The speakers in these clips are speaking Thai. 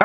อ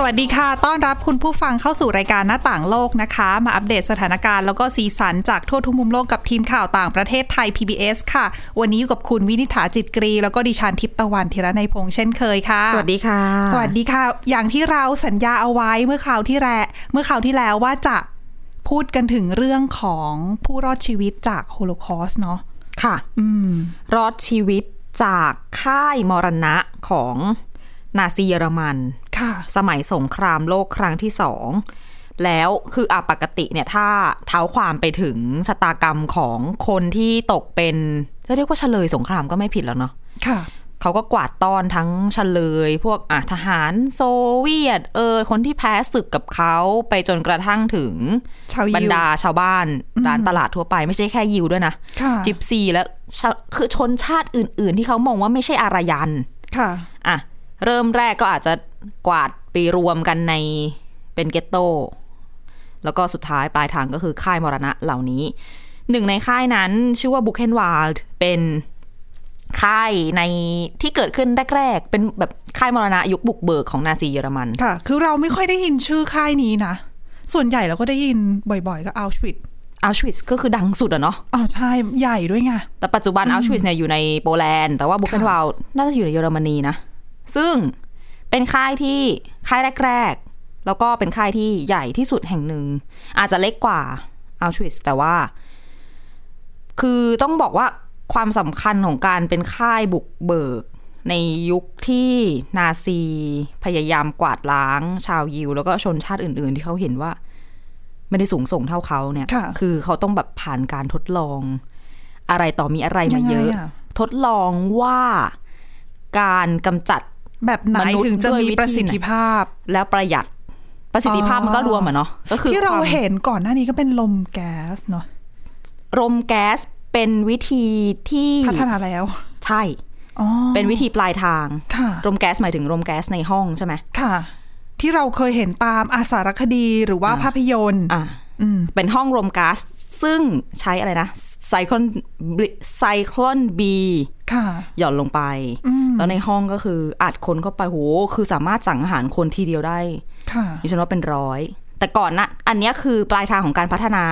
สวัสดีค่ะ ต้อนรับคุณผู้ฟังเข้าสู่รายการหน้าต่างโลกนะคะ มาอัปเดตสถานการณ์แล้วก็สีสันจากทั่วทุกมุมโลกกับทีมข่าวต่างประเทศไทย PBS ค่ะ วันนี้อยู่กับคุณวินิษฐาจิตกรี แล้วก็ดิฉันทิพย์ตะวันธีระในยพงษ์เช่นเคยค่ะ สวัสดีค่ะ สวัสดีค่ะ อย่างที่เราสัญญาเอาไว้เมื่อคราวที่แลเมื่อคราวที่แล้วว่าจะพูดกันถึงเรื่องของผู้รอดชีวิตจากโฮโลคอสต์เนาะ ค่ะ อืม รอดชีวิตจากค่ายมรณะของนาซีเยอรมัน ค่ะ สมัยสงครามโลกครั้งที่สอง แล้วคืออ่ะปกติเนี่ยถ้าเท้าความไปถึงชะตากรรมของคนที่ตกเป็นจะเรียกว่าเฉลยสงครามก็ไม่ผิดแล้วเนาะ ค่ะ เขาก็กวาดต้อนทั้งเฉลย พวกอ่ะทหารโซเวียต เอยคนที่แพ้ศึกกับเขาไปจนกระทั่งถึง ชาวยิว บรรดาชาวบ้านร้านตลาดทั่วไปไม่ใช่แค่ยิวด้วยนะ ค่ะ จิปซีและชาคือชนชาติอื่น ๆ ที่เขามองว่าไม่ใช่อารยัน ค่ะ อ่ะเริ่มแรกก็อาจจะกวาดไปรวมกันในเป็นเกตโต้แล้วก็สุดท้ายปลายทางก็คือค่ายมรณะเหล่านี้ หนึ่งในค่ายนั้นชื่อว่าบุคเ n นวาลด์เป็นค่ายในที่เกิดขึ้นแรก ๆ เป็นแบบค่ายมรณะยุคบุกเบิกของนาซีเยอรมัน ค่ะ คือเราไม่ค่อยได้ยินชื่อค่ายนี้นะ ส่วนใหญ่เราก็ได้ยินบ่อยๆ ก็อัลชวิต อัลชวิสก็คือดังสุดอะเนาะ อ๋อใช่ ใหญ่ด้วยไง แต่ปัจจุบันอัลชวิสเนี่ยอยู่ในโปแลนด์แต่ว่าบุคเคนวาลน่าจะอยู่ในเยอรมนีนะ ซึ่งเป็นค่ายที่ค่ายแรก ๆ แล้วก็เป็นค่ายที่ใหญ่ที่สุดแห่งหนึ่ง อาจจะเล็กกว่าอัลชวิสแต่ว่า คือต้องบอกว่าความสำคัญของการเป็นค่ายบุกเบิก ในยุคที่นาซีพยายามกวาดล้าง ชาวยิว แล้วก็ชนชาติอื่น ๆ ที่เขาเห็นว่า ไม่ได้สูงส่งเท่าเขาเนี่ย ค่ะ อเขาต้องแบบผ่านการทดลอง อะไรต่อมีอะไรมาเยอะ งไง ทดลองว่าการกำจัด แบบไหน มนุษย์ ถึงจะมี ด้วยวิธี ประสิทธิภาพ แล้วประหยัดประสิทธิภาพ อ๋อ มันก็รวมอะเนาะก็คือ ที่เรา ควม เห็นก่อนหน้านี้ก็เป็นลมแก๊สเนาะ รมแก๊สเป็นวิธีที่ พัฒนาแล้ว ใช่ อ๋อ เป็นวิธีปลายทาง ค่ะ รมแก๊สหมายถึงรมแก๊สในห้องใช่ไหม ค่ะ ที่เราเคยเห็นตามอาสารคดีหรือว่าภาพยนตร์ อ่า อืม เป็นห้องรมแก๊สซึ่งใช้อะไรนะไซคลอนไซคลอนบี ค่ะ หย่อนลงไป อืม แล้วในห้องก็คืออัดคนเข้าไปโหคือสามารถสังหารคนทีเดียวได้ ค่ะ ดิฉันว่าเป็นร้อย แต่ก่อนนะอันเนี้ยคือปลายทางของการพัฒนา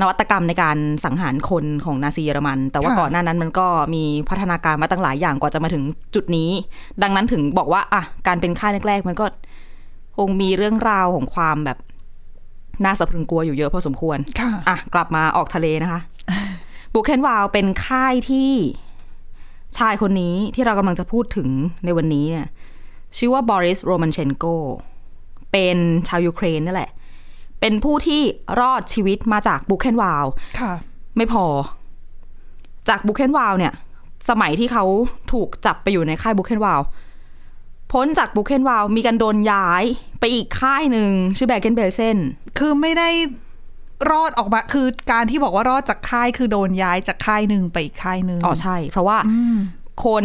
นวัตกรรมในการสังหารคนของนาซีเยอรมัน แต่ว่า ค่ะ ก่อนหน้านั้นมันก็มีพัฒนาการมาตั้งหลายอย่างกว่าจะมาถึงจุดนี้ ดังนั้นถึงบอกว่าอ่ะการเป็นค่ายแรกๆ มันก็คงมีเรื่องราวของความแบบน่าสะพรึงกลัวอยู่เยอะพอสมควร ค่ะ อ่ะ กลับมาออกทะเลนะคะ บุคเคนวาลเป็นค่ายที่ชายคนนี้ที่เรากำลังจะพูดถึงในวันนี้เนี่ย ชื่อว่าบอริสโรมันเชนโกเป็นชาวยูเครนนั่นแหละ เป็นผู้ที่รอดชีวิตมาจากบุคเคนวาล ค่ะ ไม่พอ จากบุคเคนวาลเนี่ย สมัยที่เขาถูกจับไปอยู่ในค่ายบุคเคนวาลพ้นจากบุคเคนวาลมีการโดนย้ายไปอีกค่ายหนึ่งชื่อแบเกนเบลเซน คือไม่ได้รอดออกมา คือการที่บอกว่ารอดจากค่ายคือโดนย้ายจากค่ายหนึ่งไปอีกค่ายหนึ่ง อ๋อใช่ เพราะว่าคน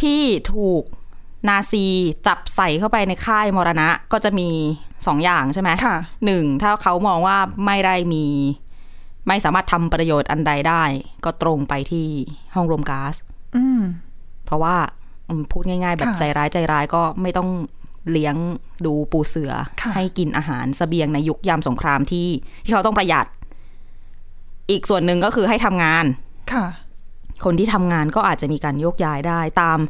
ที่ถูกนาซีจับใส่เข้าไปในค่ายมรณะก็จะมีสองอย่างใช่ไหม ค่ะ หนึ่งถ้าเขามองว่าไม่ได้มี ไม่สามารถทำประโยชน์อันใดได้ ก็ตรงไปที่ห้องรวมก๊าซ อืม เพราะว่าอืมพูดง่าย ๆ แบบ ค่ะ ใจร้ายใจร้ายก็ไม่ต้องเลี้ยงดูปูเสือ ค่ะ ให้กินอาหารเสบียงในยุคยามสงครามที่ที่เขาต้องประหยัด อีกส่วนหนึ่งก็คือให้ทำงาน ค่ะ คนที่ทำงานก็อาจจะมีการโยกย้ายได้ตาม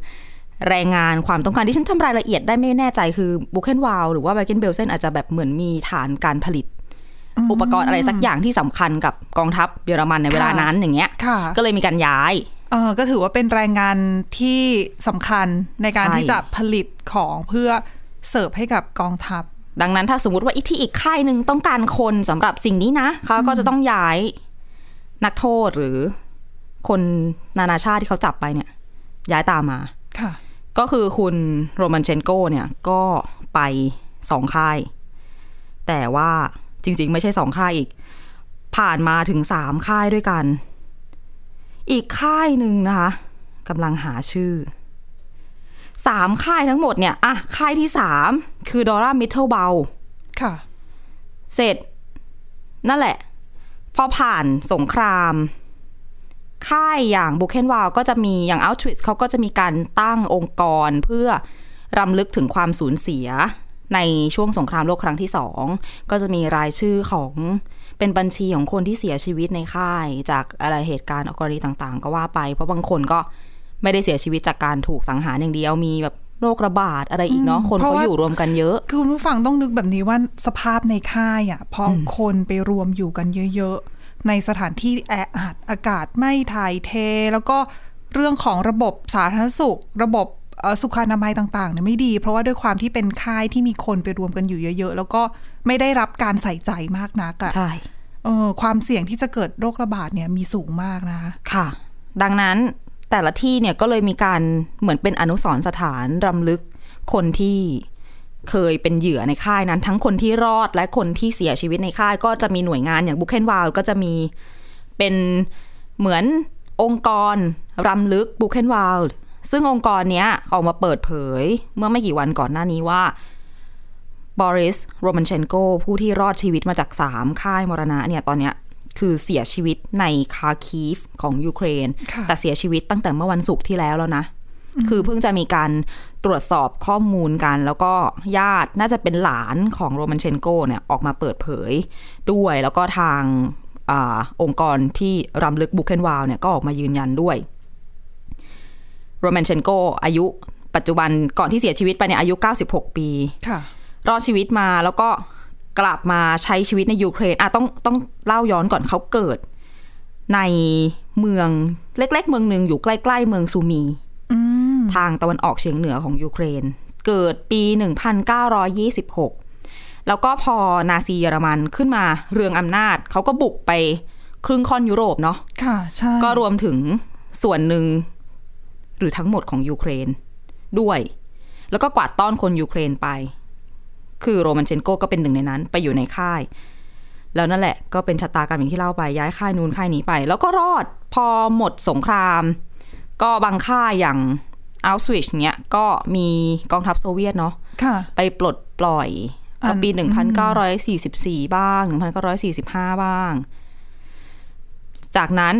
แรงงานความต้องการที่ฉันจำรายละเอียดได้ไม่แน่ใจคือบุคเคนวาลหรือว่าไบเกนเบลเซนอาจจะแบบเหมือนมีฐานการผลิต อุปกรณ์อะไรสักอย่างที่สำคัญกับกองทัพเยอรมันในเวลา ค่ะ นั้นอย่างเงี้ย ค่ะ ก็เลยมีการย้าย เออก็ถือว่าเป็นแรงงานที่สำคัญในการ ใช่ ที่จะผลิตของเพื่อเสิร์ฟให้กับกองทัพ ดังนั้นถ้าสมมติว่าอีกที่อีกค่ายหนึ่งต้องการคนสำหรับสิ่งนี้นะเขาก็จะต้องย้ายนักโทษหรือคนนานาชาติที่เขาจับไปเนี่ย ย้ายตามมา ค่ะ ก็คือคุณโรมันเชนโกเนี่ยก็ไปสองค่าย แต่ว่าจริง ๆ ไม่ใช่สองค่ายอีก ผ่านมาถึงสามค่ายด้วยกัน อีกค่ายหนึ่งนะคะกำลังหาชื่อ สามค่ายทั้งหมดเนี่ยอ่ะค่ายที่สามคือดอร่ามิทเทิลเบล ค่ะ เสร็จ นั่นแหละ พอผ่านสงคราม ค่ายอย่างบุเคนวาวก็จะมีอย่าง Outreach เขาก็จะมีการตั้งองค์กรเพื่อรำลึกถึงความสูญเสีย ในช่วงสงครามโลกครั้งที่สองก็จะมีรายชื่อของเป็นบัญชีของคนที่เสียชีวิตในค่าย จากอะไรเหตุการณ์อกรณีต่างๆ ก็ว่าไป เพราะบางคนก็ไม่ได้เสียชีวิตจากการถูกสังหารอย่างเดียวมีแบบโรคระบาดอะไรอีกเนาะ อืม คน เพ เขา ราะว่า อยู่รวมกันเยอะ คือคุณผู้ฟังต้องนึกแบบนี้ว่าสภาพในค่ายอ่ะพออคนไปรวมอยู่กันเยอะๆ ในสถานที่แออัดอากาศไม่ถ่ายเท แล้วก็เรื่องของระบบสาธารณสุข ระบบเอ่อสุขอนามัยต่างๆเนี่ยไม่ดี เพราะว่าด้วยความที่เป็นค่ายที่มีคนไปรวมกันอยู่เยอะ ๆ แล้วก็ไม่ได้รับการใส่ใจมากนักอ่ะ ใช่ เออความเสี่ยงที่จะเกิดโรคระบาดเนี่ยมีสูงมากนะคะ ค่ะ ดังนั้นแต่ละที่เนี่ยก็เลยมีการเหมือนเป็นอนุสรณ์สถานรำลึกคนที่เคยเป็นเหยื่อในค่ายนั้น ทั้งคนที่รอดและคนที่เสียชีวิตในค่าย ก็จะมีหน่วยงานอย่างบุคเคนวาลก็จะมีเป็นเหมือนองค์กรรำลึกบุคเคนวาลซึ่งองค์กรเนี้ยออกมาเปิดเผย เมื่อไม่กี่วันก่อนหน้านี้ว่าบอริสโรมันเชนโกผู้ที่รอดชีวิตมาจากสามค่ายมรณะเนี่ยตอนเนี้ยคือเสียชีวิตในคาคีฟของยูเครน ค่ะ แต่เสียชีวิตตั้งแต่เมื่อวันศุกร์ที่แล้วแล้วนะ คือเพิ่งจะมีการตรวจสอบข้อมูลกัน แล้วก็ญาติน่าจะเป็นหลานของโรมันเชนโกเนี่ยออกมาเปิดเผยด้วย แล้วก็ทางอาองค์กรที่รำลึกบุคเคนวาวเนี่ยก็ออกมายืนยันด้วย โรมันเชนโกอายุปัจจุบันก่อนที่เสียชีวิตไปเนี่ยอายุ 96 ปี ค่ะ รอดชีวิตมาแล้วก็กลับมาใช้ชีวิตในยูเครนอ่ะต้องต้องเล่าย้อนก่อนเขาเกิด ในเมืองเล็ก ๆ เมืองหนึ่งอยู่ใกล้ ๆ เมืองซูมี อืม ทางตะวันออกเฉียงเหนือของยูเครน เกิดปี 1926 แล้วก็พอนาซีเยอรมันขึ้นมาเรืองอำนาจ เขาก็บุกไปครึ่งค่อนยุโรปเนาะ ค่ะ ใช่ ก็รวมถึงส่วนหนึ่งหรือทั้งหมดของยูเครนด้วย แล้วก็กวาดต้อนคนยูเครนไป คือโรมันเชนโกก็เป็นหนึ่งในนั้นไปอยู่ในค่าย แล้วนั่นแหละก็เป็นชะตากรรมอย่างที่เล่าไปย้ายค่ายนู้นค่ายนี้ไป แล้วก็รอดพอหมดสงคราม ก็บางค่ายอย่างอัลสวิชเนี้ยก็มีกองทัพโซเวียตเนาะ ค่ะ ไปปลดปล่อยก็ปี อัน 1944 บ้าง 1945 บ้าง จากนั้น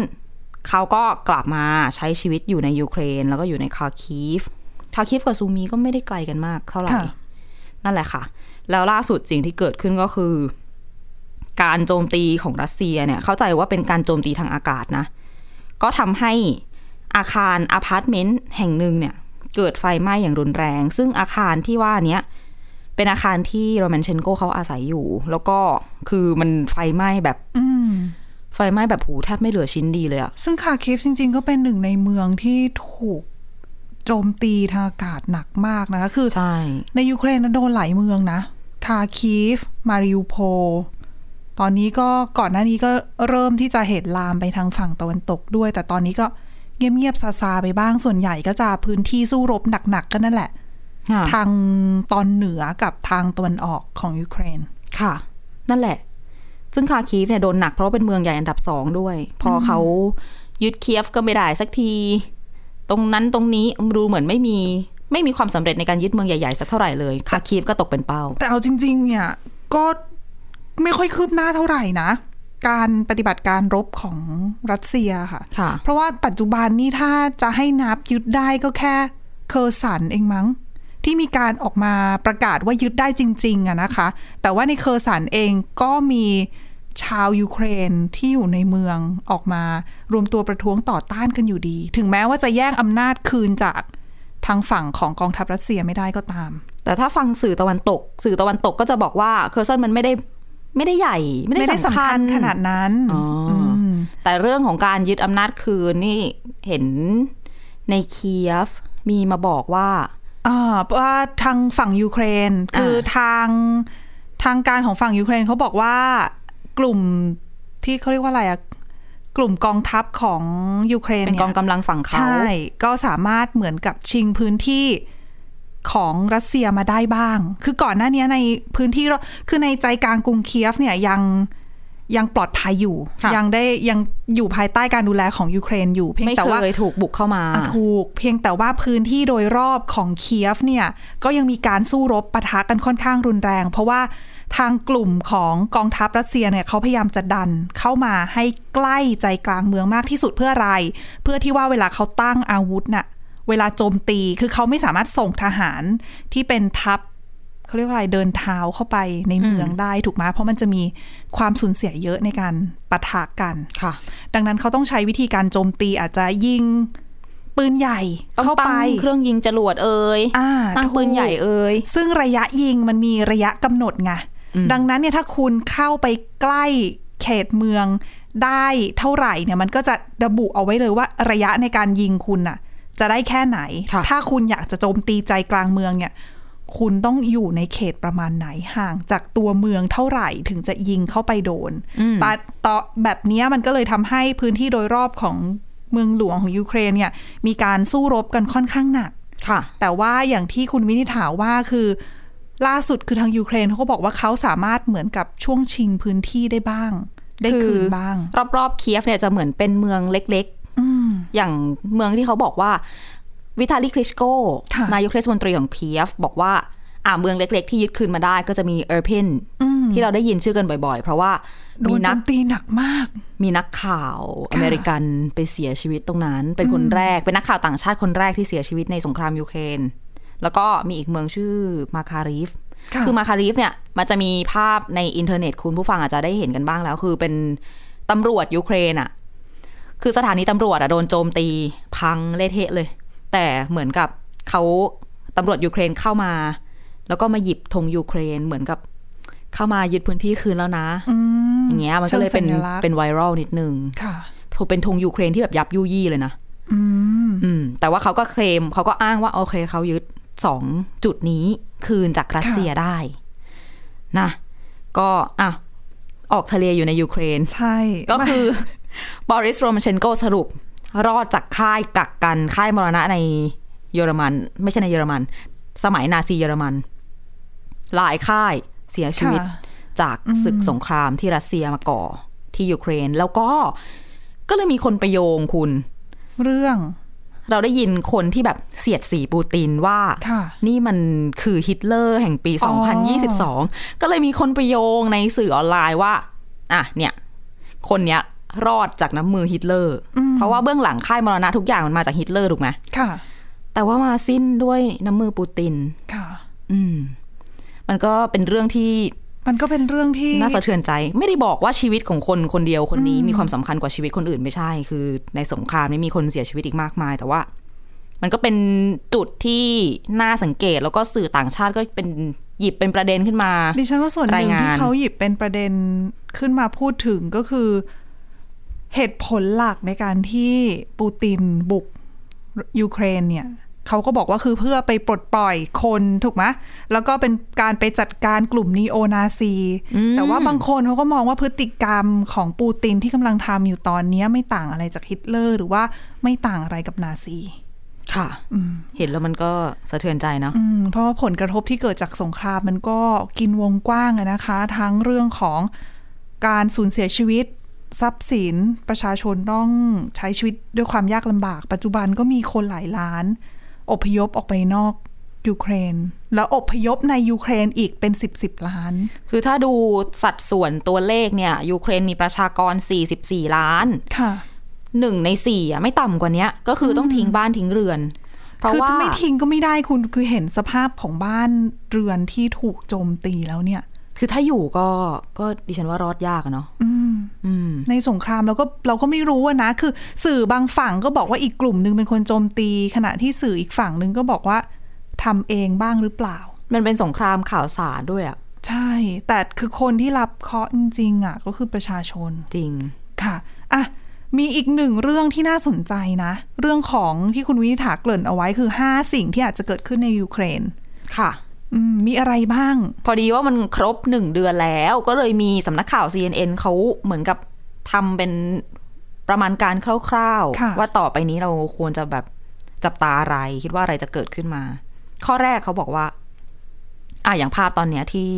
เขาก็กลับมาใช้ชีวิตอยู่ในยูเครน แล้วก็อยู่ในคาร์คีฟ คาร์คีฟกับซูมีก็ไม่ได้ไกลกันมากเท่าไหร่ ค่ะ นั่นแหละค่ะ แล้วล่าสุดสิ่งที่เกิดขึ้นก็คือ การโจมตีของรัสเซียเนี่ย เข้าใจว่าเป็นการโจมตีทางอากาศนะ ก็ทำให้อาคารอาพาร์ตเมนต์แห่งหนึ่งเนี่ย เกิดไฟไหม้อย่างรุนแรง ซึ่งอาคารที่ว่าเนี้ย เป็นอาคารที่โรมันเชนโกเขาอาศัยอยู่ แล้วก็คือมันไฟไหม้แบบ อืม ไฟไหม้แบบหูแทบไม่เหลือชิ้นดีเลยอะ ซึ่งคาเคฟจริง ๆ ก็เป็นหนึ่งในเมืองที่ถูกโจมตีทางอากาศหนักมากนะคะ คือ ใช่ ในยูเครนน่ะโดนหลายเมืองนะ คาคีฟ มาริอูโพลตอนนี้ก็ก่อนหน้านี้ก็เริ่มที่จะเหตุลามไปทางฝั่งตะวันตกด้วย แต่ตอนนี้ก็เงียบๆซาซาๆไปบ้าง ส่วนใหญ่ก็จะพื้นที่สู้รบหนัก ๆ ก็นั่นแหละ ทางตอนเหนือกับทางตะวันออกของยูเครน ค่ะ นั่นแหละ ซึ่งคาคีฟเนี่ยโดนหนักเพราะว่าเป็นเมืองใหญ่อันดับสองด้วย พอเขายึดเคียฟก็ไม่ได้สักที ตรงนั้นตรงนี้ดูเหมือนไม่มีไม่มีความสำเร็จในการยึดเมืองใหญ่ ๆ สักเท่าไหร่เลย คาคีฟก็ตกเป็นเป้า แต่เอาจริง ๆ เนี่ยก็ไม่ค่อยคืบหน้าเท่าไหร่นะ การปฏิบัติการรบของรัสเซียค่ะ ค่ะ เพราะว่าปัจจุบันนี่ถ้าจะให้นับยึดได้ก็แค่เคอร์สันเองมั้ง ที่มีการออกมาประกาศว่ายึดได้จริงๆอะนะคะ แต่ว่าในเคอร์สันเองก็มีชาวยูเครนที่อยู่ในเมืองออกมารวมตัวประท้วงต่อต้านกันอยู่ดี ถึงแม้ว่าจะแย่งอำนาจคืนจากทางฝั่งของกองทัพรัสเซียไม่ได้ก็ตาม แต่ถ้าฟังสื่อตะวันตก สื่อตะวันตกก็จะบอกว่าเคอร์เซนมันไม่ได้ไม่ได้ใหญ่ ไม่ได้สำคัญ ขนาดนั้น อ๋ออื ม แต่เรื่องของการยึดอำนาจคืนนี่เห็นในเคียฟมีมาบอกว่า อ่าเพราะว่าทางฝั่งยูเครน คือทางทางการของฝั่งยูเครนเขาบอกว่ากลุ่มที่เขาเรียกว่าอะไรอะกลุ่มกองทัพของยูเครน เป็นกอง ย กำลังฝั่งเขา ใช่ ก็สามารถเหมือนกับชิงพื้นที่ของรัสเซียมาได้บ้าง คือก่อนหน้านี้ในพื้นที่เราคือในใจกลางกรุงเคียฟเนี่ยยัง ยังปลอดภัยอยู่ ค่ะ ยังได้ยังอยู่ภายใต้การดูแลของยูเครนอยู่ เพียง ไม่ แต่ว่า เคยถูกบุกเข้ามา อ่ะถูกเพียงแต่ว่าพื้นที่โดยรอบของเคียฟเนี่ยก็ยังมีการสู้รบปะทะกันค่อนข้างรุนแรง เพราะว่าทางกลุ่มของกองทัพรัสเซียเนี่ยเขาพยายามจะดันเข้ามาให้ใกล้ใจกลางเมืองมากที่สุดเพื่ออะไร เพื่อที่ว่าเวลาเขาตั้งอาวุธน่ะเวลาโจมตีคือเขาไม่สามารถส่งทหารที่เป็นทัพเขาเรียกว่าอะไรเดินเท้าเข้าไปในเมืองได้ถูกไหมเพราะมันจะมีความสูญเสียเยอะในการปะทะกัน ค่ะ ดังนั้นเขาต้องใช้วิธีการโจมตีอาจจะยิงปืนใหญ่ ต้อง เข้า ตั้ ไป งเครื่องยิงจรวดเอ่ย อ่า ตั้งปืนใหญ่ ถูก เอ่ย ซึ่งระยะยิงมันมีระยะกำหนดไง อืม ดังนั้นเนี่ยถ้าคุณเข้าไปใกล้เขตเมืองได้เท่าไหร่เนี่ยมันก็จะระบุเอาไว้เลยว่าระยะในการยิงคุณน่ะ จะได้แค่ไหน ค่ะ ถ้าคุณอยากจะโจมตีใจกลางเมืองเนี่ย คุณต้องอยู่ในเขตประมาณไหนห่างจากตัวเมืองเท่าไหร่ถึงจะยิงเข้าไปโดน อืม ปะต่อแบบเนี้ยมันก็เลยทำให้พื้นที่โดยรอบของเมืองหลวงของยูเครนเนี่ยมีการสู้รบกันค่อนข้างหนัก ค่ะ แต่ว่าอย่างที่คุณวินิษฐาว่าคือล่าสุดคือทางยูเครนเขาก็บอกว่าเขาสามารถเหมือนกับช่วงชิงพื้นที่ได้บ้าง ได้ คือ คืนบ้าง รอบๆเคียฟเนี่ยจะเหมือนเป็นเมืองเล็ก อืม ๆ อย่างเมืองที่เขาบอกว่า วิทาลีคลิชโก ค่ะ นายกเทศมนตรีของเคียฟบอกว่าอ่าเมืองเล็กๆ ที่ยึดคืนมาได้ก็จะมีเออร์พิน อืม ที่เราได้ยินชื่อกันบ่อยๆ เพราะว่า โด มี นโจ นัก มตีหนักมาก มีนักข่าวอเมริกันไปเสียชีวิตตรงนั้น เป็นคนแรกเป็นนักข่าวต่างชาติคนแรกที่เสียชีวิตในสงครามยูเครนแล้วก็มีอีกเมืองชื่อมาคารีฟ ค่ะ อมาคารีฟเนี่ยมันจะมีภาพในอินเทอร์เน็ตคุณผู้ฟังอาจจะได้เห็นกันบ้างแล้ว คือเป็นตำรวจยูเครนอะคือสถานีตำรวจอะโดนโจมตีพังเละเทะเลย แต่เหมือนกับเขาตำรวจยูเครนเข้ามา แล้วก็มาหยิบธงยูเครนเหมือนกับเข้ามายึดพื้นที่คืนแล้วนะ อืม อย่างเงี้ยมันก็เลยเป็น ชิงสัญลักษณ์ เป็นไวรัลนิดนึง ค่ะ เป็นธงยูเครนที่แบบยับยุยี่เลยนะ อืม อืม แต่ว่าเขาก็เคลมเขาก็อ้างว่าโอเคเขายึดสองจุดนี้คืนจากรัสเซียได้ นะ ก็อ่ะออกทะเลอยู่ในยูเค รน ใช่ ก็คือบอริสโรมเชนโกสรุป รอดจากค่ายกักกันค่ายมรณะในเยอรมัน ไม่ใช่ในเยอรมัน สมัยนาซีเยอรมัน หลายค่ายเสียชีวิต ค่ะ จากศึกสงครามที่รัสเซียมาก่อที่ยูเครน แล้วก็ก็เลยมีคนไปโยงคุณ เรื่อง เราได้ยินคนที่แบบเสียดสีปูตินว่า ค่ะ นี่มันคือฮิตเลอร์แห่งปี อ๋อ 2022 ก็เลยมีคนไปโยงในสื่อออนไลน์ว่า อ่ะเนี่ย คนเนี้ยรอดจากน้ำมือฮิตเลอร์ เพราะว่าเบื้องหลังค่ายมรณะทุกอย่างมันมาจากฮิตเลอร์ถูกไหม ค่ะ แต่ว่ามาสิ้นด้วยน้ำมือปูติน ค่ะ อืม มันก็เป็นเรื่องที่ มันก็เป็นเรื่องที่ น่าสะเทือนใจไม่ได้บอกว่าชีวิตของคนคนเดียวคนนี้มีความสำคัญกว่าชีวิตคนอื่นไม่ใช่ คือในสงครามนี้มีคนเสียชีวิตอีกมากมาย แต่ว่า มันก็เป็นจุดที่น่าสังเกตแล้วก็สื่อต่างชาติก็เป็นหยิบเป็นประเด็นขึ้นมา ดิฉันว่าส่วนหนึ่ ราย ง งาน ที่เขาหยิบเป็นประเด็นขึ้นมาพูดถึงก็คือ เหตุผลหลักในการที่ปูตินบุกยูเครนเนี่ยเขาก็บอกว่าคือเพื่อไปปลดปล่อยคนถูกไหมแล้วก็เป็นการไปจัดการกลุ่มนีโอนาซี แต่ว่าบางคนเขาก็มองว่าพฤติกรรมของปูตินที่กำลังทำอยู่ตอนเนี้ยไม่ต่างอะไรจากฮิตเลอร์หรือว่าไม่ต่างอะไรกับนาซี ค่ะเห็นแล้วมันก็สะเทือนใจเนาะ อืมเพราะว่าผลกระทบที่เกิดจากสงครามมันก็กินวงกว้างอะนะคะ ทั้งเรื่องของการสูญเสียชีวิต ทรัพย์สินประชาชนต้องใช้ชีวิตด้วยความยากลำบาก ปัจจุบันก็มีคนหลายล้าน อพยพออกไปนอกยูเครน แล้วอพยพในยูเครนอีกเป็นสิบสิบล้าน คือถ้าดูสัดส่วนตัวเลขเนี่ยยูเครนมีประชากร 44 ล้าน ค่ะ หนึ่งในสี่อะไม่ต่ำกว่าเนี้ย ก็คือต้องทิ้งบ้านทิ้งเรือน เพราะ คือ ว่า ไม่ทิ้งก็ไม่ได้คุณคือเห็นสภาพของบ้านเรือนที่ถูกโจมตีแล้วเนี่ย คือถ้าอยู่ก็ก็ดิฉันว่ารอดยากอะเนาะ อืม อืม ในสงครามเราก็เราก็ไม่รู้อะนะ คือสื่อบางฝั่งก็บอกว่าอีกกลุ่มหนึ่งเป็นคนโจมตี ขณะที่สื่ออีกฝั่งหนึ่งก็บอกว่าทำเองบ้างหรือเปล่า มันเป็นสงครามข่าวสารด้วยอะ ใช่ แต่คือคนที่รับเคราะห์จริงๆอะก็คือประชาชน จริง ค่ะอ่ะ มีอีกหนึ่งเรื่องที่น่าสนใจนะ เรื่องของที่คุณวินิษฐาเกริ่นเอาไว้คือ 5 สิ่งที่อาจจะเกิดขึ้นในยูเครน ค่ะ อืมมีอะไรบ้าง พอดีว่ามันครบหนึ่งเดือนแล้ว ก็เลยมีสำนักข่าว CNN เขาเหมือนกับทำเป็นประมาณการคร่าว ค่ะ ว่าต่อไปนี้เราควรจะแบบจับตาอะไร คิดว่าอะไรจะเกิดขึ้นมา ข้อแรกเขาบอกว่า อ่ะอย่างภาพตอนเนี้ยที่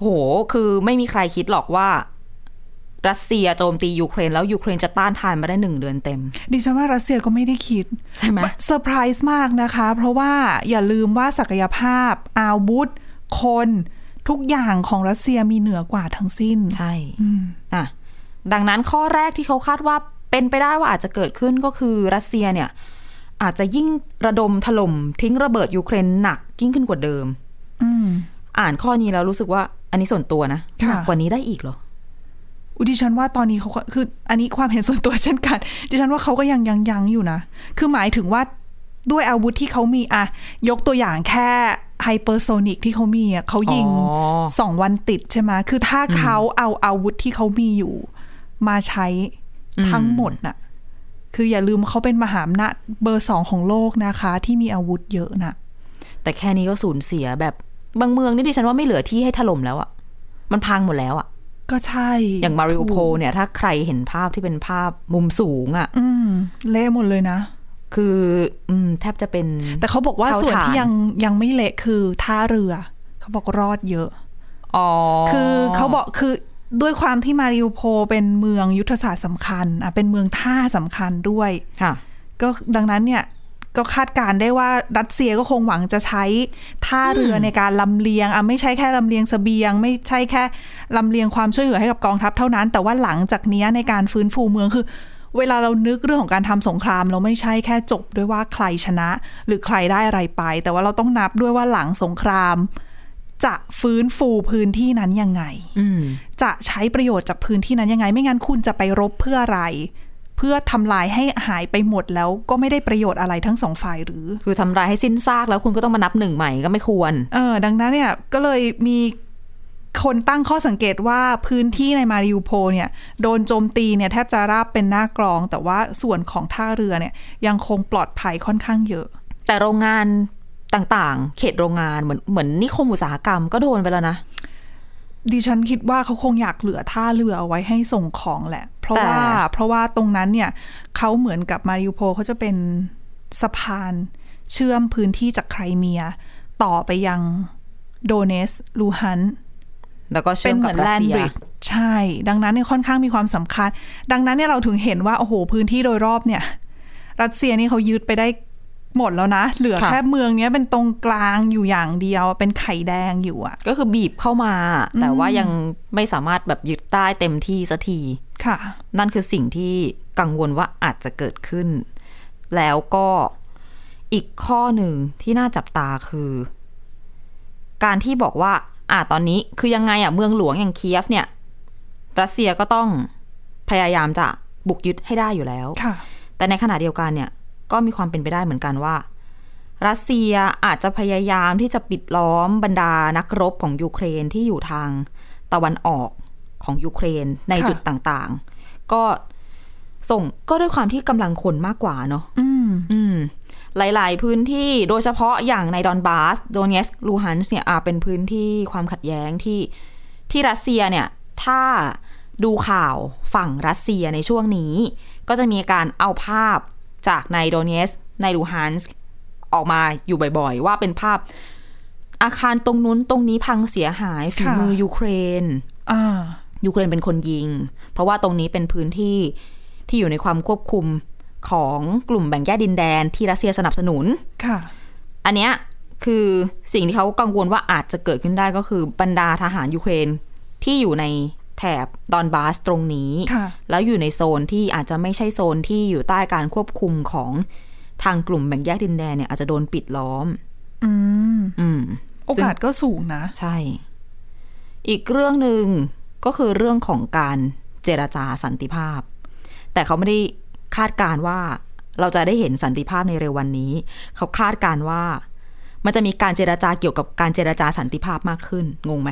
โห คือไม่มีใครคิดหรอกว่า รัสเซียโจมตียูเครนแล้วยูเครนจะต้านทานมาได้หนึ่งเดือนเต็ม ดิฉันว่ารัสเซียก็ไม่ได้คิด ใช่ไหม เซอร์ไพรส์มากนะคะ เพราะว่าอย่าลืมว่าศักยภาพ อาวุธ คนทุกอย่างของรัสเซียมีเหนือกว่าทั้งสิ้น ใช่ อืม อ่ะดังนั้นข้อแรกที่เขาคาดว่าเป็นไปได้ว่าอาจจะเกิดขึ้นก็คือรัสเซียเนี่ย อาจจะยิ่งระดมถล่มทิ้งระเบิดยูเครนหนักยิ่งขึ้นกว่าเดิม อืม อ่านข้อนี้แล้วรู้สึกว่าอันนี้ส่วนตัวนะ ค่ะ หนักกว่านี้ได้อีกเหรอ อุยดิฉันว่าตอนนี้เขาก็คืออันนี้ความเห็นส่วนตัวเช่นกัน ดิฉันว่าเขาก็ยังยังยังอยู่นะ คือหมายถึงว่าด้วยอาวุธที่เขามีอะยกตัวอย่างแค่ไฮเปอร์โซนิกที่เขามีอะเขายิง อ๋อ สองวันติดใช่ไหมคือถ้าเขาเอาอาวุธที่เขามีอยู่ มาใช้ทั้งหมดน่ะ คืออย่าลืมเขาเป็นมหาอำนาจเบอร์สองของโลกนะคะ ที่มีอาวุธเยอะน่ะ แต่แค่นี้ก็สูญเสียแบบบางเมืองนี่ดิฉันว่าไม่เหลือที่ให้ถล่มแล้วอะมันพังหมดแล้วอะ ก็ใช่ อย่างมาริโอโพ ถูก เนี่ยถ้าใครเห็นภาพที่เป็นภาพมุมสูงอะ อืมเละหมดเลยนะ คืออืมแทบจะเป็น แต่เขาบอกว่า เท่า ส่วน ฐาน ที่ยังยังไม่เละคือท่าเรือ เขาบอกรอดเยอะ อ๋อ คือเขาบอกคือด้วยความที่มาริโอโพลเป็นเมืองยุทธศาสตร์สำคัญอ่ะเป็นเมืองท่าสำคัญด้วย ค่ะ ก็ดังนั้นเนี่ยก็คาดการณ์ได้ว่ารัสเซียก็คงหวังจะใช้ท่าเรือในการลำเลียงอ่ะไม่ใช่แค่ลำเลียงเสบียง ไม่ใช่แค่ลำเลียงความช่วยเหลือให้กับกองทัพเท่านั้น แต่ว่าหลังจากเนี้ยในการฟื้นฟูเมืองคือ เวลาเรานึกเรื่องของการทำสงคราม เราไม่ใช่แค่จบด้วยว่าใครชนะ หรือใครได้อะไรไป แต่ว่าเราต้องนับด้วยว่าหลังสงคราม จะฟื้นฟูพื้นที่นั้นยังไง อืม จะใช้ประโยชน์จากพื้นที่นั้นยังไง ไม่งั้นคุณจะไปรบเพื่ออะไร เพื่อทำลายให้หายไปหมดแล้วก็ไม่ได้ประโยชน์อะไรทั้งสองฝ่ายหรือ คือทำลายให้สิ้นซากแล้วคุณก็ต้องมานับหนึ่งใหม่ก็ไม่ควร เออดังนั้นเนี่ยก็เลยมีคนตั้งข้อสังเกตว่าพื้นที่ในมาริอูโพลเนี่ยโดนโจมตีเนี่ยแทบจะราบเป็นหน้ากรอง แต่ว่าส่วนของท่าเรือเนี่ยยังคงปลอดภัยค่อนข้างเยอะ แต่โรงงานต่างๆ เขตโรงงานเหมือนเหมือนนิคมอุตสาหกรรมก็โดนไปแล้วนะ ดิฉันคิดว่าเขาคงอยากเหลือท่าเรือเอาไว้ให้ส่งของแหละ เพราะ แต่ ว่าเพราะว่าตรงนั้นเนี่ยเขาเหมือนกับมาริอูโพลเขาจะเป็นสะพานเชื่อมพื้นที่จากไครเมีย ต่อไปยังโดเนสลูฮัน แล้วก็ เป็ เชื่อน ม เห กั มือบน รั แล ส น เซีย บริดใช่ ดังนั้นเนี่ยค่อนข้างมีความสำคัญ ดังนั้นเนี่ยเราถึงเห็นว่า โอ้โห พื้นที่โดยรอบเนี่ย รัสเซียนี่เขายึดไปได้หมดแล้วนะ เหลือแค่เมืองเนี้ยเป็นตรงกลางอยู่อย่างเดียว เป็นไข่แดงอยู่อะ ก็คือบีบเข้ามา แต่ว่ายังไม่สามารถแบบยึดได้เต็มที่สักที ค่ะ นั่นคือสิ่งที่กังวลว่าอาจจะเกิดขึ้น แล้วก็อีกข้อหนึ่งที่น่าจับตาคือ การที่บอกว่า อ่าตอนนี้คือยังไงอ่ะเมืองหลวงอย่างเคียฟเนี่ย รัสเซียก็ต้องพยายามจะบุกยึดให้ได้อยู่แล้ว ค่ะ แต่ในขณะเดียวกันเนี่ย ก็มีความเป็นไปได้เหมือนกันว่า รัสเซียอาจจะพยายามที่จะปิดล้อมบรรดานักรบของยูเครนที่อยู่ทางตะวันออกของยูเครนใน ค่ะ จุดต่างๆ ก็ส่งก็ด้วยความที่กำลังคนมากกว่าเนาะ อืม อืม หลายๆ พื้นที่โดยเฉพาะอย่างในดอนบาสโดเนสลูฮันส์เนี่ยอาเป็นพื้นที่ความขัดแย้งที่ที่รัสเซียเนี่ย ถ้าดูข่าวฝั่งรัสเซียในช่วงนี้ ก็จะมีการเอาภาพจากในโดเนสในลูฮันส์ออกมาอยู่บ่อยๆ ว่าเป็นภาพอาคารตรงนู้นตรงนี้พังเสียหายฝี ค่ะ มือยูเครน อ่า ยูเครนเป็นคนยิง เพราะว่าตรงนี้เป็นพื้นที่ที่อยู่ในความควบคุมของกลุ่มแบ่งแยกดินแดนที่รัสเซียสนับสนุน ค่ะ อันเนี้ยคือสิ่งที่เขากังวลว่าอาจจะเกิดขึ้นได้ก็คือบรรดาทหารยูเครนที่อยู่ในแถบดอนบาสตรงนี้ ค่ะ แล้วอยู่ในโซนที่อาจจะไม่ใช่โซนที่อยู่ใต้การควบคุมของทางกลุ่มแบ่งแยกดินแดนเนี่ยอาจจะโดนปิดล้อม อืม อืม โอกาสก็สูงนะ ใช่ อีกเรื่องหนึ่งก็คือเรื่องของการเจรจาสันติภาพ แต่เขาไม่ได้คาดการณ์ว่าเราจะได้เห็นสันติภาพในเร็ววันนี้ เขาคาดการณ์ว่า มันจะมีการเจรจาเกี่ยวกับการเจรจาสันติภาพมากขึ้น งงไหม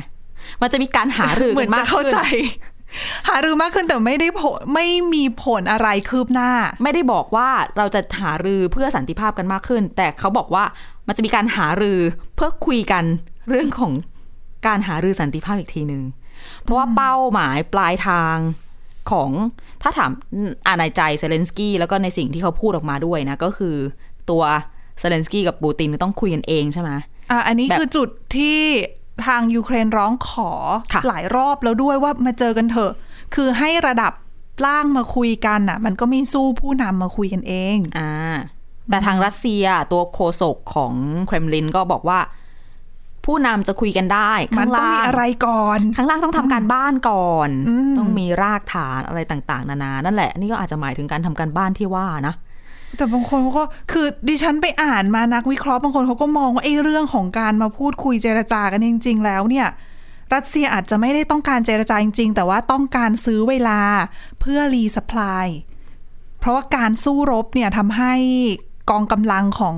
มันจะมีการหารือ เหมื กั อน นจะ มาก เข้า ขึ้น ใจ หารือมากขึ้นแต่ไม่ได้ผลไม่มีผลอะไรคืบหน้า ไม่ได้บอกว่าเราจะหารือเพื่อสันติภาพกันมากขึ้น แต่เขาบอกว่ามันจะมีการหารือเพื่อคุยกันเรื่องของการหารือสันติภาพอีกทีหนึง่ง เพราะว่าเป้าหมายปลายทางของถ้าถามอาในใจเซเลนสกี้แล้วก็ในสิ่งที่เขาพูดออกมาด้วยนะ ก็คือตัวเซเลนสกี้กับปูตินต้องคุยกันเองใช่ไหม อ่ะอันนี้ แบบ คือจุดที่ทางยูเครนร้องขอ ค่ะ หลายรอบแล้วด้วยว่ามาเจอกันเถอะ คือให้ระดับล่างมาคุยกันอ่ะ มันก็ไม่สู้ผู้นำมาคุยกันเอง อ่าแต่ทางรัสเซียตัวโคศกของเครมลินก็บอกว่า ผู้นำจะคุยกันได้ มั ข้าง ต้อง ล่า มี ง อะไรก่อน ข้างล่างต้องทำการบ้านก่อน อืม ต้องมีรากฐานอะไรต่าง ๆ นานา นั่นแหละ นี่ก็อาจจะหมายถึงการทำการบ้านที่ว่านะ แต่บางคนเขาก็คือดิฉันไปอ่านมานักวิเคราะห์บางคนเขาก็มองว่าไอ้เรื่องของการมาพูดคุยเจรจากันจริง ๆ แล้วเนี่ย รัสเซียอาจจะไม่ได้ต้องการเจรจาจริง ๆ แต่ว่าต้องการซื้อเวลาเพื่อรีสป라이เพราะว่าการสู้รบเนี่ยทำให้กองกำลังของ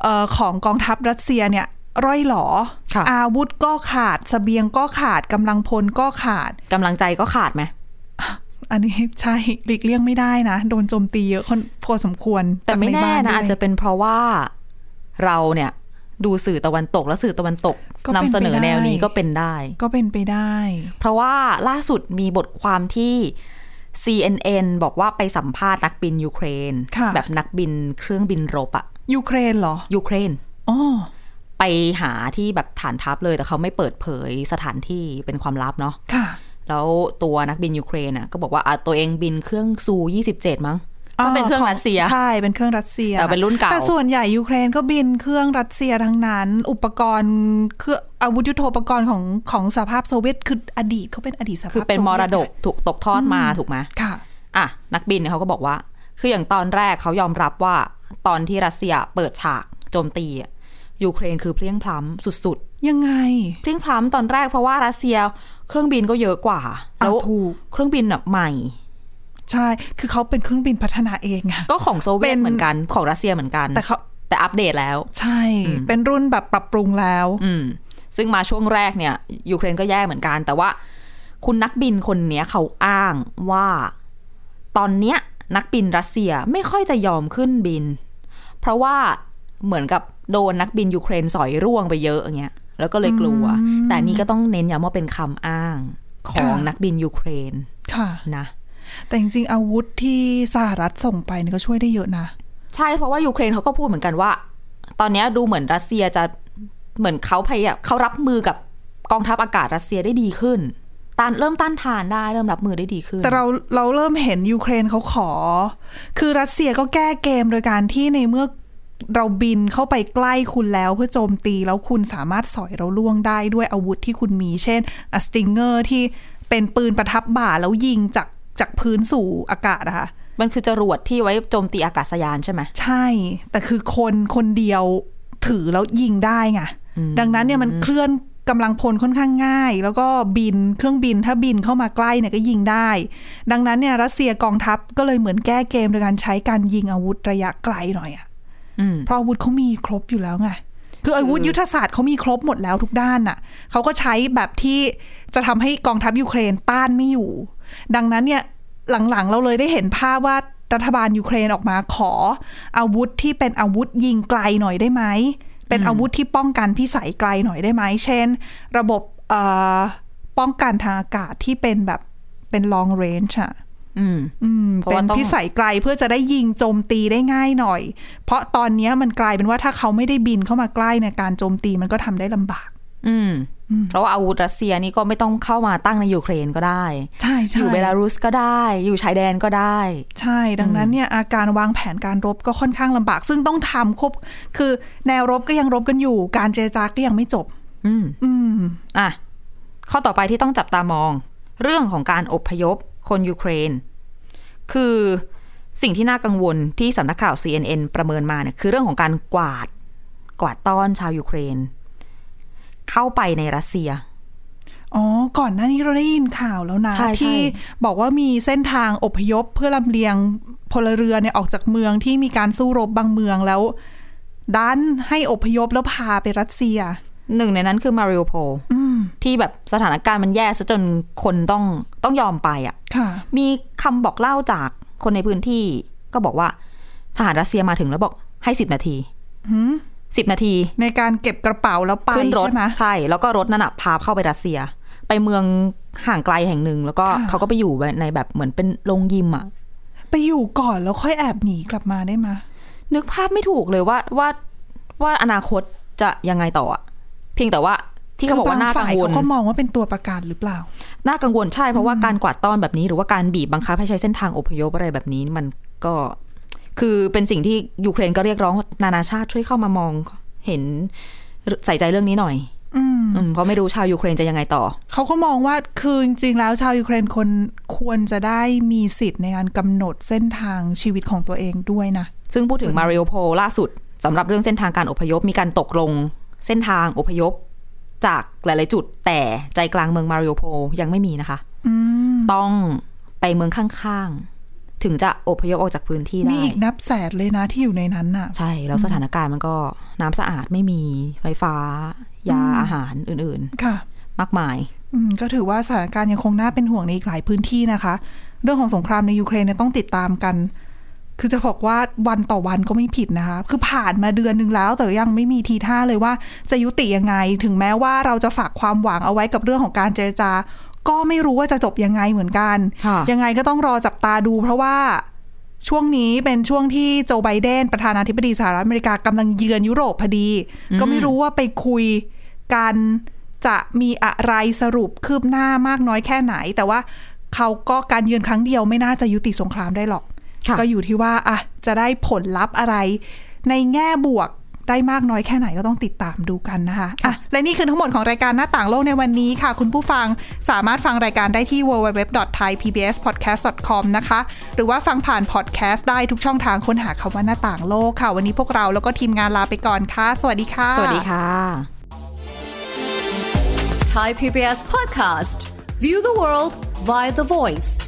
เอ่อของกองทัพรัสเซียเนี่ยร่อยหลอ ค่ะ อาวุธก็ขาดเสบียงก็ขาดกำลังพลก็ขาด กำลังใจก็ขาดไหม อันนี้ใช่หลีกเลี่ยงไม่ได้นะ โดนโจมตีเยอะค่อนพอสมควร แต่ จาก ไม่ ใ แน่บ้ด้นะวย อาจจะเป็นเพราะว่าเราเนี่ย ดูสื่อตะวันตกและสื่อตะวันตก ก็เป็น นำเสนอ ไปได้ แนวนี้ก็เป็นได้ ก็เป็นไปได้ เพราะว่าล่าสุดมีบทความที่ CNN บอกว่าไปสัมภาษณ์นักบินยูเครน ค่ะ แบบนักบินเครื่องบินรบอะ ยูเครนเหรอ ยูเครน อ๋อ ไปหาที่แบบฐานทัพเลยแต่เขาไม่เปิดเผยสถานที่เป็นความลับเนาะ ค่ะ แล้วตัวนักบินยูเครนน่ะก็บอกว่าอ่ะตัวเองบินเครื่องซู 27 มั้งก็เป็นเครื่องรัสเซีย ใช่ เป็นเครื่องรัสเซีย แต่เป็นรุ่นเก่า แต่ส่วนใหญ่ยูเครนก็บินเครื่องรัสเซียทั้งนั้น อุปกรณ์เครื่องอาวุธยุโทโธปกรณ์ของของสหภาพโซเวียตคืออดีตเขาเป็นอดีตสหภาพ คือเป็น โซ ม วียต รดกถูกตกทอดมาถูกไหม ค่ะ อ่ะนักบินเนี่ยเขาก็บอกว่า คืออย่างตอนแรกเขายอมรับว่าตอนที่รัสเซียเปิดฉากโจมตีอ่ะยูเครนคือเพลียงพล้ำสุด ยังไง ๆเพลียงพล้ำตอนแรกเพราะว่ารัสเซียเครื่องบินก็เยอะกว่า เอา แล้ว ถูก เครื่องบินน่ะใหม่ ใช่ คือเขาเป็นเครื่องบินพัฒนาเองอะ ก็ของโซเวี เป็ ยต น เหมือนกันของรัสเซียเหมือนกัน แต่เขา แต่อัปเดตแล้ว ใช่ เป็นรุ่นแบบปรับปรุงแล้ว อืมซึ่งมาช่วงแรกเนี่ยยูเครนก็แย่เหมือนกัน แต่ว่าคุณนักบินคนเนี้ยเขาอ้างว่า ตอนเนี้ยนักบินรัสเซียไม่ค่อยจะยอมขึ้นบิน เพราะว่าเหมือนกับโดนนักบินยูเครนสอยร่วงไปเยอะอย่างเงี้ยแล้วก็เลยกลัว แต่นี่ก็ต้องเน้นย้ำว่าเป็นคำอ้างของ ค่ะ นักบินยูเครน ค่ะ นะ แต่จริงๆอาวุธที่สหรัฐส่งไปเนี่ยก็ช่วยได้เยอะนะ ใช่เพราะว่ายูเครนเขาก็พูดเหมือนกันว่า ตอนเนี้ยดูเหมือนรัสเซียจะเหมือนเขาพยายามเขารับมือกับกองทัพอากาศรัสเซียได้ดีขึ้นต้านเริ่มต้านทานได้เริ่มรับมือได้ดีขึ้น แต่เราเราเริ่มเห็นยูเครนเขาขอ คือรัสเซียก็แก้เกมโดยการที่ในเมื่อเราบินเข้าไปใกล้คุณแล้วเพื่อโจมตีแล้วคุณสามารถสอยเราล่วงได้ด้วยอาวุธที่คุณมี เช่นสติงเกอร์ที่เป็นปืนประทับบ่าแล้วยิงจากจากพื้นสู่อากาศอะค่ะ มันคือจรวดที่ไว้โจมตีอากาศยานใช่ไหม ใช่ แต่คือคนคนเดียวถือแล้วยิงได้ไง ดังนั้นเนี่ยมันเคลื่อนกำลังพลค่อนข้างง่าย แล้วก็บินเครื่องบินถ้าบินเข้ามาใกล้เนี่ยก็ยิงได้ ดังนั้นเนี่ยรัสเซียกองทัพก็เลยเหมือนแก้เกมโดยการใช้การยิงอาวุธระยะไกลหน่อยอะ อืม เพราะอาวุธเขามีครบอยู่แล้วไง คืออาวุธยุทธศาสตร์เขามีครบหมดแล้วทุกด้านน่ะเขาก็ใช้แบบที่จะทำให้กองทัพยูเครนต้านไม่อยู่ ดังนั้นเนี่ยหลังๆเราเลยได้เห็นภาพว่ารัฐบาลยูเครนออกมาขอ อาวุธที่เป็นอาวุธยิงไกลหน่อยได้ไหม เป็นอาวุธที่ป้องกันพิสัยไกลหน่อยได้ไหม เช่น ระบบเอ่อป้องกันทางอากาศที่เป็นแบบเป็น long range อะ อืม อืม เพราะ เป็ ว่านต้อง พิสัยไกลเพื่อจะได้ยิงโจมตีได้ง่ายหน่อย เพราะตอนเนี้ยมันกลายเป็นว่าถ้าเขาไม่ได้บินเข้ามาใกล้เนี่ยการโจมตีมันก็ทำได้ลำบาก อืม เพราะว่าอาวุธรัสเซียนี่ก็ไม่ต้องเข้ามาตั้งในยูเครนก็ได้ ใช่ อ ใช่ ยู่เบลารุสก็ได้ อยู่ชายแดนก็ได้ ใช่ดังนั้นเนี่ยอาการวางแผนการรบก็ค่อนข้างลำบาก ซึ่งต้องทำครบคือแนวรบก็ยังรบกันอยู่ การเจรจาก็ยังไม่จบ อืม อืม อ่ะ ข้อต่อไปที่ต้องจับตามอง เรื่องของการอพยพคนยูเครน คือสิ่งที่น่ากังวลที่สำนักข่าว CNN ประเมินมาเนี่ยคือเรื่องของการกวาดกวาดต้อนชาวยูเครน เข้าไปในรัสเซีย อ๋อ ก่อนหน้านี้เราได้ยินข่าวแล้วนะ ใช่ใช่ ที่บอกว่ามีเส้นทางอพยพเพื่อลำเลียงพลเรือนเนี่ยออกจากเมืองที่มีการสู้รบบางเมืองแล้วดันให้อพยพแล้วพาไปรัสเซีย หนึ่งในนั้นคือมาริโอโพล อืม ที่แบบสถานการณ์มันแย่ซะจนคนต้องต้องยอมไปอ่ะ ค่ะ มีคำบอกเล่าจากคนในพื้นที่ ก็บอกว่าทหารรัสเซียมาถึงแล้วบอกให้สิบนาทีสิบนาที ในการเก็บกระเป๋าแล้วไป ขึ้นรถ ใช่ไหม ใช่แล้วก็รถนั่นน่ะพาเข้าไปรัสเซีย ไปเมืองห่างไกลแห่งหนึ่ง แล้วก็ ค่ะ เขาก็ไปอยู่ในแบบเหมือนเป็นโรงยิมอะ ไปอยู่ก่อนแล้วค่อยแอบหนีกลับมาได้ไหม นึกภาพไม่ถูกเลยว่าว่าว่าอนาคตจะยังไงต่ออะเพียงแต่ว่า ที่เขาบอกว่าน่า คืบ กั ฝ่ ง ยว ล เขาก็มองว่าเป็นตัวประกันหรือเปล่า น่ากังวลใช่เพราะว่าการกวาดต้อนแบบนี้ หรือว่าการบีบบังคับให้ใช้เส้นทางอพยพอะไรแบบนี้มันก็ คือเป็นสิ่งที่ยูเครนก็เรียกร้องนานาชาติช่วยเข้ามามองเห็นใส่ใจเรื่องนี้หน่อย อืม อืมเพราะไม่รู้ชาวยูเครนจะยังไงต่อ เขาก็มองว่าคือจริงๆแล้วชาวยูเครนคนควรจะได้มีสิทธิ์ในการกำหนดเส้นทางชีวิตของตัวเองด้วยนะ ซึ่งพูดถึง ส่วน มาริโอโพลล่าสุดสำหรับเรื่องเส้นทางการอพยพมีการตกลงเส้นทางอพยพ จากหลาย ๆ จุด แต่ใจกลางเมืองมาริโอโพลยังไม่มีนะคะ อืม ต้องไปเมืองข้างๆ ถึงจะอพยพออกจากพื้นที่ได้ มีอีกนับแสนเลยนะที่อยู่ในนั้นน่ะ ใช่ แล้วสถานการณ์มันก็น้ำสะอาดไม่มีไฟฟ้า ยา อืม อาหารอื่น ค่ะ ๆ มากมาย อืมก็ถือว่าสถานการณ์ยังคงน่าเป็นห่วงในอีกหลายพื้นที่นะคะ เรื่องของสงครามในยูเครนเนี่ยต้องติดตามกัน คือจะบอกว่าวันต่อวันก็ไม่ผิดนะคะ คือผ่านมาเดือนหนึ่งแล้ว แต่ยังไม่มีทีท่าเลยว่าจะยุติยังไง ถึงแม้ว่าเราจะฝากความหวังเอาไว้กับเรื่องของการเจรจา ก็ไม่รู้ว่าจะจบยังไงเหมือนกัน ค่ะ ยังไงก็ต้องรอจับตาดู เพราะว่าช่วงนี้เป็นช่วงที่โจไบเดนประธานาธิบดีสหรัฐอเมริกากำลังเยือนยุโรปพอดี ก็ไม่รู้ว่าไปคุยกันจะมีอะไรสรุปคืบหน้ามากน้อยแค่ไหน แต่ว่าเขาก็การเยือนครั้งเดียวไม่น่าจะยุติสงครามได้หรอก ค่ะ ก็อยู่ที่ว่าอ่ะจะได้ผลลัพธ์อะไร ในแง่บวกได้มากน้อยแค่ไหนก็ต้องติดตามดูกันนะคะอ่ะและนี่คือทั้งหมดของรายการหน้าต่างโลกในวันนี้ค่ะ คุณผู้ฟังสามารถฟังรายการได้ที่ www.thaipbspodcast.com นะคะ หรือว่าฟังผ่านพอดแคสต์ได้ทุกช่องทางค้นหาคำว่าหน้าต่างโลกค่ะ วันนี้พวกเราแล้วก็ทีมงานลาไปก่อนค่ะ สวัสดีค่ะ สวัสดีค่ะ Thai PBS podcast. View the world via the voice.